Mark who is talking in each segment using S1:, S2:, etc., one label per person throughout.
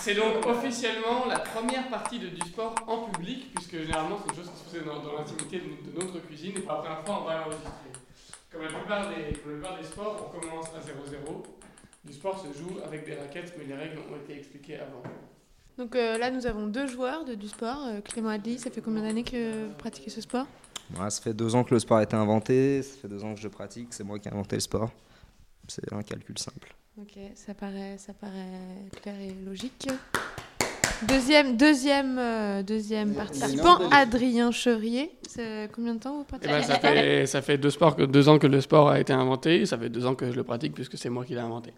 S1: C'est donc officiellement la première partie de du sport en public, puisque généralement c'est une chose qui se faisait dans, dans l'intimité de, de notre cuisine, et pour la première fois on va l'enregistrer. Comme la plupart des, comme la plupart des sports, on commence à 0-0. Du sport se joue avec des raquettes, mais les règles ont été expliquées avant.
S2: Donc euh, là, nous avons deux joueurs de, du sport. Euh, Clément Adli, ça fait combien d'années que vous pratiquez ce sport
S3: Voilà, ça fait deux ans que le sport a été inventé, ça fait deux ans que je pratique, c'est moi qui ai inventé le sport. C'est un calcul simple.
S2: Ok, ça paraît, ça paraît clair et logique. Deuxième, deuxième, euh, deuxième participant, Adrien Chevrier. C'est- euh, Combien de temps vous
S1: Eh
S2: pratiquez
S1: ben, ça, fait, ça fait deux, sports que, deux ans que le sport a été inventé, ça fait deux ans que je le pratique puisque c'est moi qui l'ai inventé.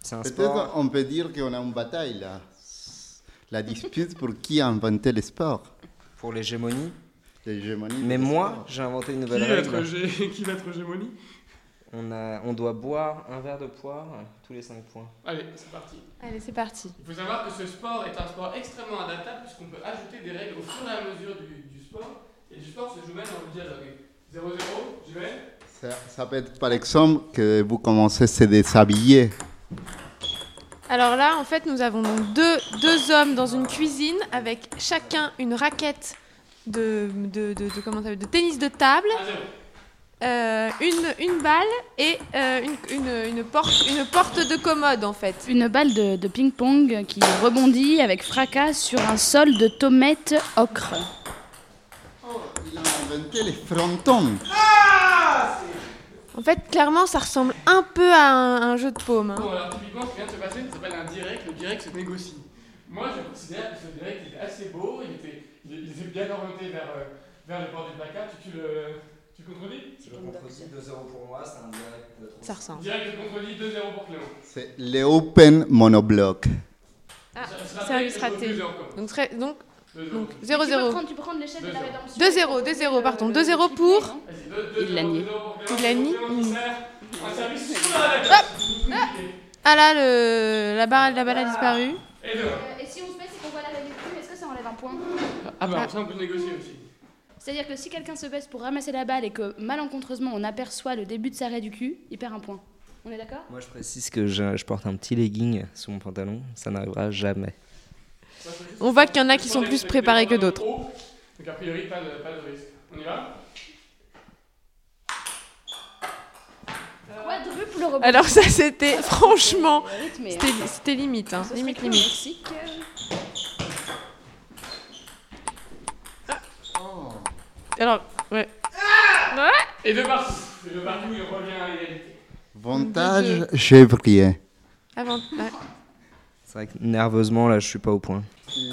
S3: C'est un
S4: Peut-être
S3: sport.
S4: on peut dire qu'on a une bataille là. La dispute pour qui a inventé le sport.
S3: Pour l'hégémonie.
S4: L'hégémonie
S3: Mais
S4: du
S3: moi,
S4: sport.
S3: j'ai inventé une
S1: Qui
S3: nouvelle
S1: va être,
S3: règle.
S1: gé- qui va être gémonie
S3: On, a, on doit boire un verre de poire euh, tous les 5 points.
S1: Allez, c'est parti.
S2: Allez, c'est parti.
S1: Il faut savoir que ce sport est un sport extrêmement adaptable puisqu'on peut ajouter des règles au fur et à mesure du, du sport, et du sport se joue même dans le dialogue. 0-0, j'y vais
S4: Ça, ça peut être par exemple que vous commencez à se déshabiller.
S2: Alors là, en fait, nous avons donc deux, deux hommes dans une cuisine avec chacun une raquette de, de, de, de- comment ça s'appelle, de tennis de table,
S1: 1-0.
S2: euh, une, une balle et euh, une, une, une porte, une porte de commode, en fait.
S5: Une balle de, de ping-pong qui rebondit avec fracas sur un sol de tomates ocre.
S4: Il a inventé les frontons.
S2: En fait, clairement, ça ressemble un peu à un, un jeu de paume. hein.
S1: Bon, alors typiquement, ce qui vient de se passer, ça s'appelle un direct. Le direct se négocie. Moi, je considère que ce direct était assez beau. Il était, il, il était bien orienté vers, euh, vers le bord du placard. Tu, tu le tu contredis
S3: Je contredis 2-0 pour moi, c'est un direct de
S2: Ça ressemble.
S1: Direct, je contredis 2-0 pour Clément.
S4: C'est les open monobloc.
S2: Ah,
S1: Ça- ça
S2: c'est un X
S1: rappelle,
S2: raté.
S1: je encore.
S2: Donc, très- donc,
S1: 2-0.
S2: donc 0-0.
S5: Euh, Tu peux prendre l'échelle
S1: de la
S2: 2-0,
S5: rédemption.
S2: 2-0, pardon, 2-0 pour-
S1: Vas-y, deux- deux-
S5: Il l'a
S1: zéro,
S5: nié.
S1: deux- zéro pour Clément.
S2: Il l'a
S1: Donc,
S2: nié.
S1: Clément qui
S2: Mm.
S1: sert Un service sous la raquette.
S2: Ah là, le, la, barre, la balle a disparu.
S1: Et deux.
S5: Euh, Et si on se met, c'est qu'on voit la règle plus, est-ce que ça enlève un point
S1: Ah, bah, ça, on peut négocier aussi.
S5: C'est-à-dire que si quelqu'un se baisse pour ramasser la balle et que malencontreusement on aperçoit le début de sa raie du cul, il perd un point. On est d'accord
S3: Moi, je précise que je, je porte un petit legging sous mon pantalon, ça n'arrivera jamais.
S2: On voit qu'il y en a qui sont plus préparés que d'autres.
S1: Donc, a priori, pas de, pas de risque. On y va
S5: Quadruple rebond.
S2: Alors ça, c'était Euh, franchement...
S5: Rythme et-
S2: C'était c'était limite, hein.
S5: Ce serait
S2: Limite,
S5: que le
S2: limite.
S5: Mexique, euh,
S2: Alors,
S1: Et deux partout. Et deux partout, il revient à l'égalité.
S4: Vantage chevrier.
S2: avant... bah, ouais.
S3: C'est vrai que nerveusement, là, je suis pas au point.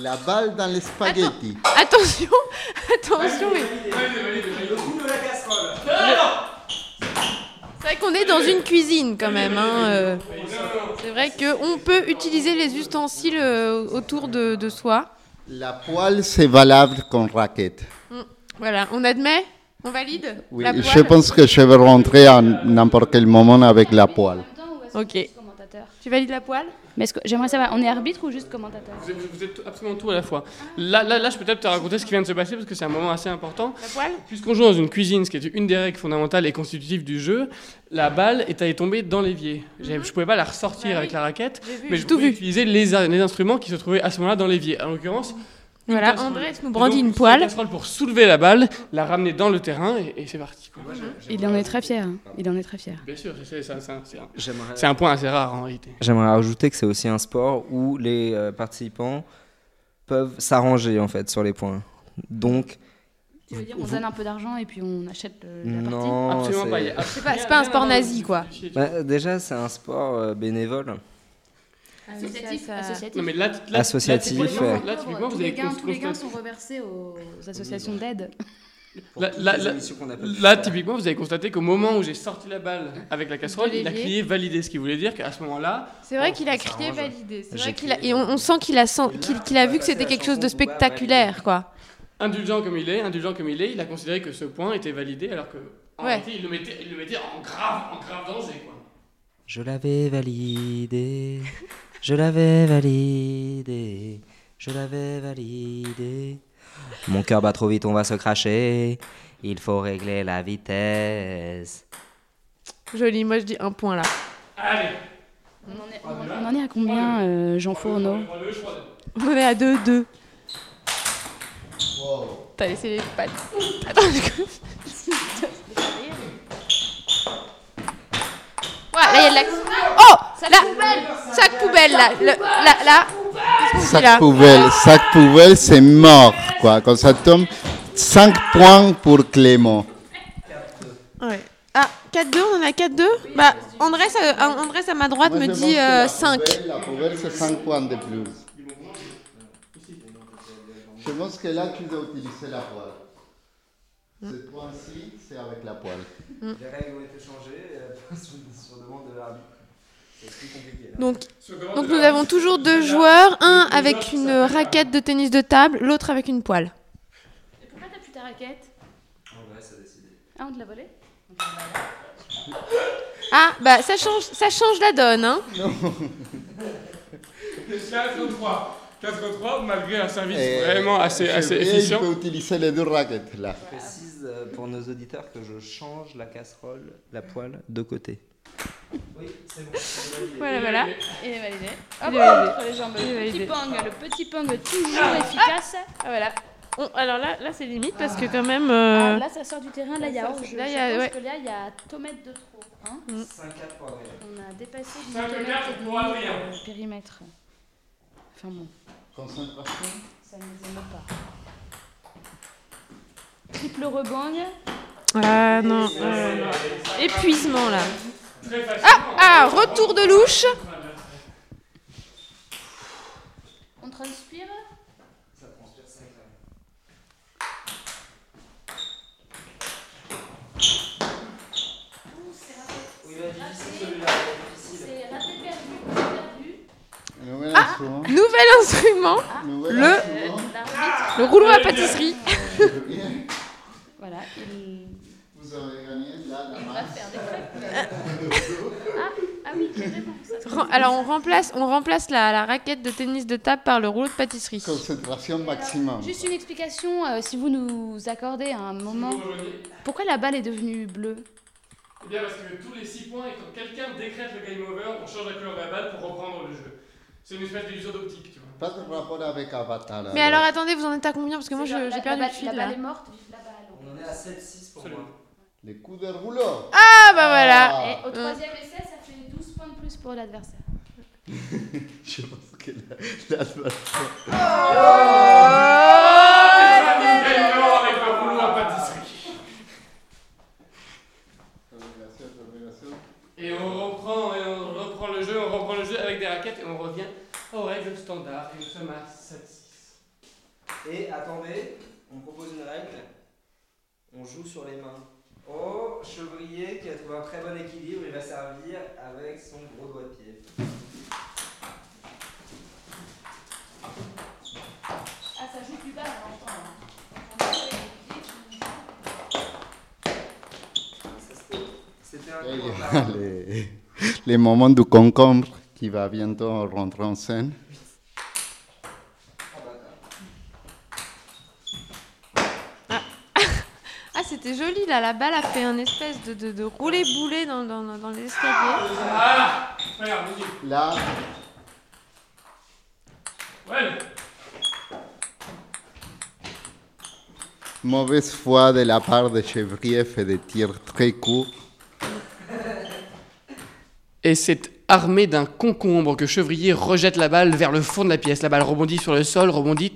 S4: La balle dans les spaghettis.
S2: Attention, attention. mais C'est vrai qu'on est dans une cuisine quand même. hein, euh. C'est vrai qu'on peut utiliser les ustensiles euh, autour de, de soi.
S4: La poêle, c'est valable comme raquette.
S2: Voilà, on admet On valide
S4: Oui,
S2: la
S4: je
S2: poêle
S4: pense que je vais rentrer à n'importe quel moment avec la poêle.
S5: en même temps, ou est-ce qu'on
S2: Ok.
S5: est juste commentateur
S2: Tu valides la poêle
S5: Mais est-ce que- j'aimerais savoir, on est arbitre ou juste commentateur
S1: Vous êtes, vous êtes absolument tout à la fois. Là, là, là je peux peut-être te raconter ce qui vient de se passer parce que c'est un moment assez important.
S2: La poêle
S1: Puisqu'on joue dans une cuisine, ce qui est une des règles fondamentales et constitutives du jeu, la balle est allée tomber dans l'évier. J'ai- Je pouvais pas la ressortir
S2: Bah oui.
S1: avec la raquette,
S2: J'ai vu,
S1: mais
S2: j'ai
S1: je
S2: tout
S1: pouvais
S2: vu.
S1: utiliser les, a- les instruments qui se trouvaient à ce moment-là dans l'évier. En l'occurrence, une
S2: Voilà,
S1: casserole.
S2: Andrés nous
S1: Et
S2: brandit
S1: donc,
S2: une
S1: c'est
S2: poêle.
S1: casserole pour soulever la balle, la ramener dans le terrain et, et c'est parti. quoi.
S5: Il en est très fier. hein. Il en est très fier.
S1: Bien sûr, c'est c'est un- c'est un- c'est un-
S3: J'aimerais.
S1: c'est un point assez rare en réalité.
S3: J'aimerais rajouter que c'est aussi un sport où les euh, participants peuvent s'arranger en fait sur les points. Donc
S5: Tu veux dire, on donne un peu d'argent et puis on achète le- la partie
S3: non,
S1: Absolument
S3: c'est-
S1: pas. il y a-
S2: pas- c'est pas un sport nazi, quoi.
S3: Bah, déjà c'est un sport euh, bénévole.
S5: Associatif,
S1: Non
S5: associatif.
S1: mais là, là,
S3: Associatif,
S1: Là,
S3: ouais.
S1: typiquement, là, typiquement,
S5: tous
S1: vous
S5: les
S1: avez
S5: gains, tous les gains
S1: constaté-
S5: sont reversés aux associations d'aide.
S1: Là, là, là, là, typiquement, vous avez constaté qu'au moment où j'ai sorti la balle avec la casserole, il a
S2: l'évier.
S1: crié validé, ce qui voulait dire qu'à ce moment-là,
S2: C'est vrai
S3: Oh,
S2: qu'il a
S3: ça
S2: crié
S3: arrange.
S2: validé. C'est
S3: J'ai
S2: vrai qu'il a-
S3: crié.
S2: et on, on sent qu'il a, sent- qu'il- qu'il a vu que c'était quelque chose de spectaculaire, quoi.
S1: indulgent comme il est, indulgent comme il est, il a considéré que ce point était validé alors que en
S2: Ouais.
S1: réalité, il le mettait, il le mettait en grave, en grave danger quoi.
S3: Je l'avais validé. Je l'avais validé. Je l'avais validé. Mon cœur bat trop vite, on va se cracher. Il faut régler la vitesse.
S2: Joli, moi je dis un point là.
S1: Allez,
S5: On en est, on en est à combien, euh, Jean Fourneau
S2: On est à 2-2.
S4: Wow.
S2: T'as laissé les pattes. Attends, du coup. Ouah, là, il y a de la. Oh Là Sac poubelle, là Le- Là, là Qu'est-ce qu'on dit là
S4: Sac poubelle, sac poubelle, c'est mort, quoi. Quand ça tombe, 5 points pour Clément.
S2: Ouais. Ah, 4-2, on en est à 4-2 Bah, Andrés, à, Andrés à ma droite
S4: Moi,
S2: me
S4: je pense
S2: dit euh,
S4: que la
S2: 5.
S4: poubelle- La poubelle, c'est 5 points de plus. Je pense que là, tu dois utiliser la poêle.
S2: Hmm.
S4: Ce point-ci, c'est avec la poêle.
S3: Les règles ont été changées euh, sur demande de l'arbitre. C'est plus compliqué.
S2: Donc, donc nous avons toujours deux joueurs, un avec une raquette de tennis de table, l'autre avec une poêle.
S5: Pourquoi t'as plus ta raquette
S3: ça décide.
S5: Ah, on te l'a volée
S2: Ah, bah ça change, ça change la donne, hein
S6: 4-3. 4-3, malgré un service
S4: Et
S6: vraiment assez,
S4: je
S6: assez
S4: vais,
S6: efficient.
S4: Je peux utiliser les deux raquettes, là.
S3: Je précise euh, pour nos auditeurs que je change la casserole, la poêle de côté. Oui, c'est bon.
S2: Voilà, voilà.
S5: Il est validé.
S2: Il est validé.
S5: Entre les jambes.
S2: Il est
S5: Le
S2: validé.
S5: petit pang, le petit pang toujours efficace.
S2: Ah, voilà. On- alors là, là c'est limite parce que quand même...
S5: Ah,
S2: euh,
S5: là, ça sort du terrain. Là, il y a
S2: ça,
S5: hors-jeu.
S2: là, il y
S5: Je
S2: a-
S5: pense
S2: ouais.
S5: que là, il y a tomate de trop. hein.
S3: 5-4 pour Adrien.
S5: On a dépassé le
S6: 5
S5: périmètre
S6: pour
S5: du,
S6: Adrien.
S5: euh, périmètre. Enfin bon,
S4: Concentration.
S5: ça ne nous aime pas. Triple rebang.
S2: Ah non.
S6: Ouais,
S2: euh,
S6: ouais.
S2: épuisement là.
S6: Très facilement.
S2: Ah, retour de louche.
S5: On transpire.
S3: Ça transpire 5 Oui, vas-y, c'est celui-là.
S5: C'est raté perdu, perdu.
S4: Nouvel instrument.
S2: Nouvel instrument,
S4: Nouvel
S2: Ah, Le-
S4: instrument.
S6: Ah
S5: L'arbitre.
S2: le rouleau à pâtisserie.
S5: Voilà, il,
S4: Vous avez gagné, là, la
S5: il va
S4: main.
S5: faire des ah, ah oui, carrément. Ça se
S2: Ren- Alors on remplace, on remplace la, la raquette de tennis de table par le rouleau de pâtisserie.
S4: Concentration maximum.
S5: Juste une explication, euh, si vous nous accordez un moment. Pourquoi la balle est devenue bleue
S6: Eh bien, parce que tous les 6 points, et quand quelqu'un décrète le game over, on change la couleur de la balle pour reprendre le jeu. C'est une espèce d'illusion d'optique, tu vois.
S4: Pas de rapport avec Avatar.
S2: Mais alors attendez, vous en êtes à combien Parce que moi
S5: C'est genre,
S2: je-
S5: la-
S2: j'ai perdu
S5: la
S2: le
S5: balle-
S2: fil
S5: La
S2: là.
S5: balle est morte, vive la balle.
S3: On en est à 7-6 pour moi.
S4: Les coups de rouleau.
S2: Ah bah voilà.
S5: Et au
S2: Euh.
S5: troisième essai, ça fait 12 points de plus pour l'adversaire.
S4: Je pense que la, la-
S6: Les amis gagnants avec le rouleau à pâtisserie. Et on reprend, et on reprend le jeu, on reprend le jeu avec des raquettes et on revient aux règles standards. Et nous sommes à 7-6.
S3: Et attendez, on propose une règle. On joue sur les mains. Oh, Chevrier qui a trouvé un très bon équilibre, il va servir avec son gros doigt de pied.
S5: Ah, ça joue plus bas, hein.
S3: Ça, c'était- C'était un
S4: Et il
S3: coup
S4: y
S3: en
S4: a
S3: arrière.
S4: les, Eh, les moments du concombre qui va bientôt rentrer en scène.
S3: Ah, bâtard.
S2: Ah c'était joli là, la balle a fait un espèce de, de, de roulé boulé dans, dans, dans- dans les escaliers.
S6: Ah Regarde, Miguel.
S4: Là,
S6: Ouais
S4: mauvaise foi de la part de Chevrier fait des tirs très courts.
S6: Et c'est armé d'un concombre que Chevrier rejette la balle vers le fond de la pièce. La balle rebondit sur le sol, rebondit.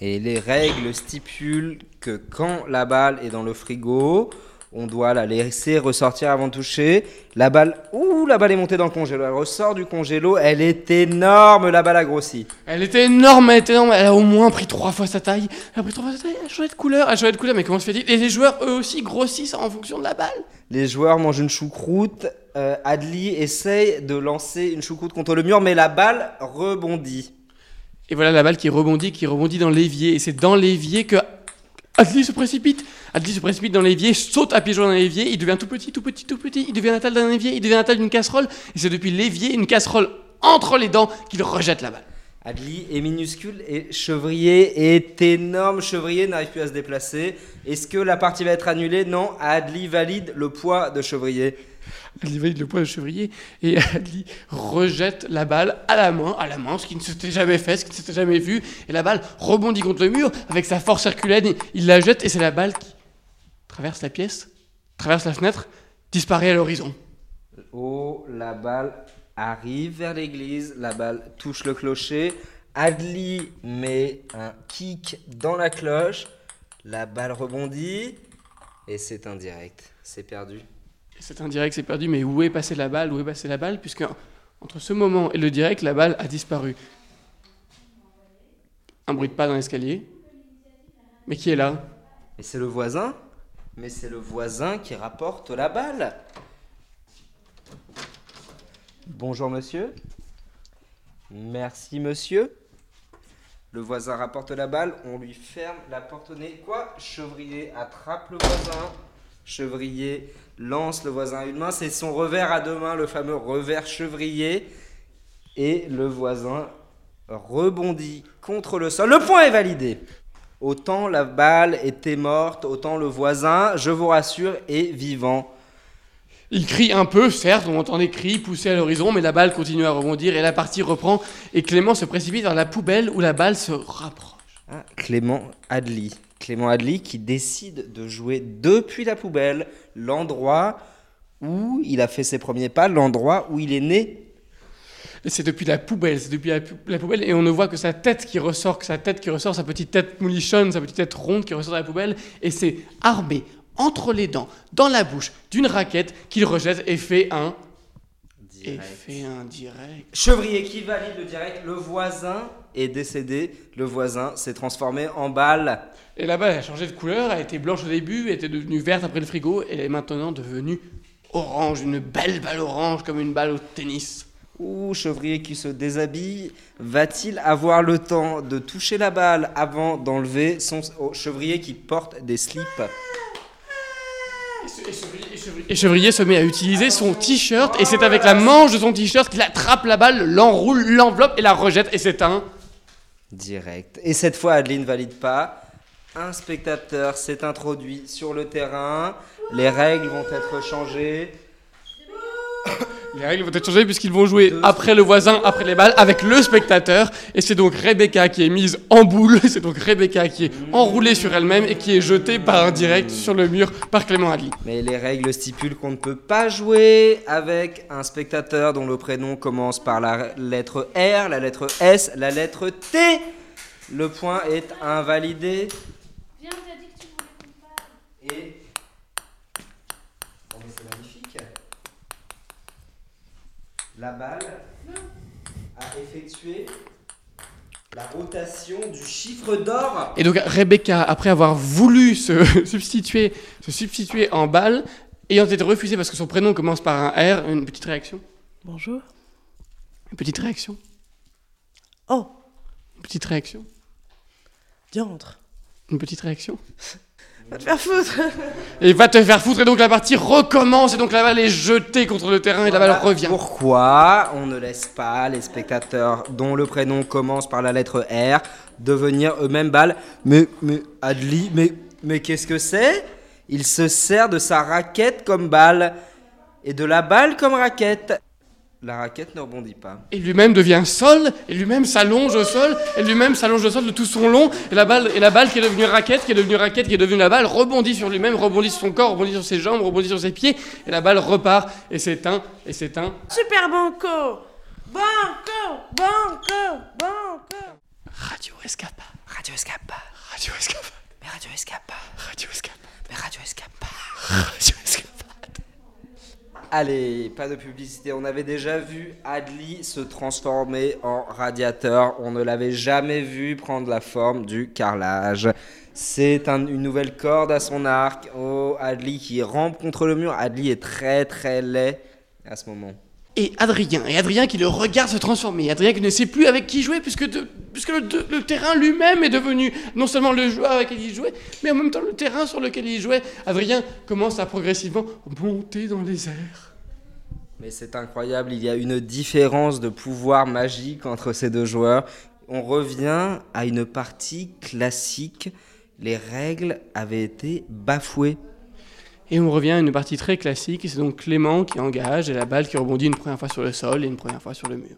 S3: Et les règles stipulent que quand la balle est dans le frigo, on doit la laisser ressortir avant de toucher. La balle, ouh, la balle est montée dans le congélo. Elle ressort du congélo, elle est énorme, la balle a grossi.
S6: Elle était énorme, elle était énorme. Elle a au moins pris trois fois sa taille. Elle a pris trois fois sa taille. Elle a changé de couleur. Elle a changé de couleur. Mais comment se fait-il Et les joueurs, eux aussi, grossissent en fonction de la balle.
S3: Les joueurs mangent une choucroute. Euh, Adli essaye de lancer une choucroute contre le mur, mais la balle rebondit.
S6: Et voilà la balle qui rebondit, qui rebondit dans l'évier. Et c'est dans l'évier que Adli se précipite. Adli se précipite dans l'évier, saute à pieds joints dans l'évier. Il devient tout petit, tout petit, tout petit. Il devient la taille d'un évier. Il devient la taille d'une casserole. Et c'est depuis l'évier, une casserole entre les dents, qu'il rejette la balle.
S3: Adli est minuscule et Chevrier est énorme. Chevrier n'arrive plus à se déplacer. Est-ce que la partie va être annulée Non, Adli valide le poids de Chevrier.
S6: Adli valide le point de chevrier et Adli rejette la balle à la main, à la main, ce qui ne s'était jamais fait, ce qui ne s'était jamais vu. Et la balle rebondit contre le mur avec sa force herculéenne. Il la jette et c'est la balle qui traverse la pièce, traverse la fenêtre, disparaît à l'horizon.
S3: Oh, la balle arrive vers l'église, la balle touche le clocher. Adli met un kick dans la cloche, la balle rebondit et c'est indirect, c'est perdu.
S6: C'est indirect, c'est perdu, mais où est passée la balle Où est passée la balle Puisque entre ce moment et le direct, la balle a disparu. Un bruit de pas dans l'escalier. Mais qui est là
S3: Mais c'est le voisin Mais c'est le voisin qui rapporte la balle Bonjour monsieur. Merci monsieur. Le voisin rapporte la balle, on lui ferme la porte au nez. Quoi Chevrier attrape le voisin. Chevrier lance le voisin à une main. C'est son revers à deux mains, le fameux revers chevrier. Et le voisin rebondit contre le sol. Le point est validé. Autant la balle était morte, autant le voisin, je vous rassure, est vivant.
S6: Il crie un peu, certes, on entend des cris pousser à l'horizon, mais la balle continue à rebondir et la partie reprend. Et Clément se précipite vers la poubelle où la balle se rapproche.
S3: Ah, Clément Adli. Clément Adli qui décide de jouer depuis la poubelle, l'endroit où il a fait ses premiers pas, l'endroit où il est né.
S6: Et c'est depuis la poubelle, c'est depuis la, pou- la poubelle, et on ne voit que sa tête qui ressort, que sa tête qui ressort, sa petite tête moulichonne, sa petite tête ronde qui ressort de la poubelle, et c'est armé entre les dents, dans la bouche, d'une raquette qu'il rejette et fait un effet indirect.
S3: Chevrier qui valide le direct, le voisin est décédé, le voisin s'est transformé en balle.
S6: Et la balle a changé de couleur, a été blanche au début, était devenue verte après le frigo, et elle est maintenant devenue orange, une belle balle orange comme une balle au tennis.
S3: Ouh, Chevrier qui se déshabille, va-t-il avoir le temps de toucher la balle avant d'enlever son oh, Chevrier qui porte des slips
S6: Et ce- et Chevrier- et Chevrier- Et Chevrier se met à utiliser son t-shirt et c'est avec la manche de son t-shirt qu'il attrape la balle, l'enroule, l'enveloppe et la rejette et c'est un...
S3: Direct. Et cette fois, Adeline ne valide pas. Un spectateur s'est introduit sur le terrain. Les règles vont être changées.
S6: Les règles vont être changées puisqu'ils vont jouer
S3: Deux.
S6: après le voisin, après les balles, avec le spectateur. Et c'est donc Rebecca qui est mise en boule, c'est donc Rebecca qui est enroulée sur elle-même et qui est jetée par un direct sur le mur par Clément Adli.
S3: Mais les règles stipulent qu'on ne peut pas jouer avec un spectateur dont le prénom commence par la lettre R, la lettre S, la lettre T. Le point est invalidé.
S5: Viens, t'as dit que tu voulais
S3: Et. Oh, mais c'est magnifique! La balle a effectué la rotation du chiffre d'or.
S6: Et donc Rebecca, après avoir voulu se substituer, se substituer en balle, ayant été refusée parce que son prénom commence par un R, une petite réaction
S7: Bonjour.
S6: Une petite réaction
S7: Oh,
S6: Une petite réaction
S7: diantre.
S6: Une petite réaction
S7: Va te faire foutre.
S6: Et va te faire foutre et donc la partie recommence et donc la balle est jetée contre le terrain et la balle
S3: Voilà
S6: revient.
S3: Pourquoi on ne laisse pas les spectateurs dont le prénom commence par la lettre R devenir eux-mêmes balles? Mais, mais, Adli, mais, mais qu'est-ce que c'est? Il se sert de sa raquette comme balle et de la balle comme raquette. La raquette ne rebondit pas.
S6: Et lui-même devient sol, et lui-même s'allonge au sol, et lui-même s'allonge au sol de tout son long, et la balle, et la balle qui est devenue raquette, qui est devenue raquette, qui est devenue la balle, rebondit sur lui-même, rebondit sur son corps, rebondit sur ses jambes, rebondit sur ses pieds, et la balle repart, et s'éteint, et s'éteint.
S7: Super banco. Banco, banco, banco.
S6: Radio Escapa.
S3: Radio Escape pas.
S6: Radio Escapa.
S3: Mais Radio Escape pas.
S6: Radio Escapa.
S3: Mais Radio Escape pas.
S6: Radio Escapa.
S3: Allez, pas de publicité. On avait déjà vu Adli se transformer en radiateur. On ne l'avait jamais vu prendre la forme du carrelage. C'est un- une nouvelle corde à son arc. Oh, Adli qui rampe contre le mur. Adli est très très laid à ce moment.
S6: Et Adrien, et Adrien qui le regarde se transformer, Adrien qui ne sait plus avec qui jouer, puisque, de- puisque le, de- le terrain lui-même est devenu non seulement le joueur avec lequel il jouait, mais en même temps le terrain sur lequel il jouait. Adrien commence à progressivement monter dans les airs.
S3: Mais c'est incroyable, il y a une différence de pouvoir magique entre ces deux joueurs. On revient à une partie classique. Les règles avaient été bafouées.
S6: Et on revient à une partie très classique, et c'est donc Clément qui engage, et la balle qui rebondit une première fois sur le sol et une première fois sur le mur.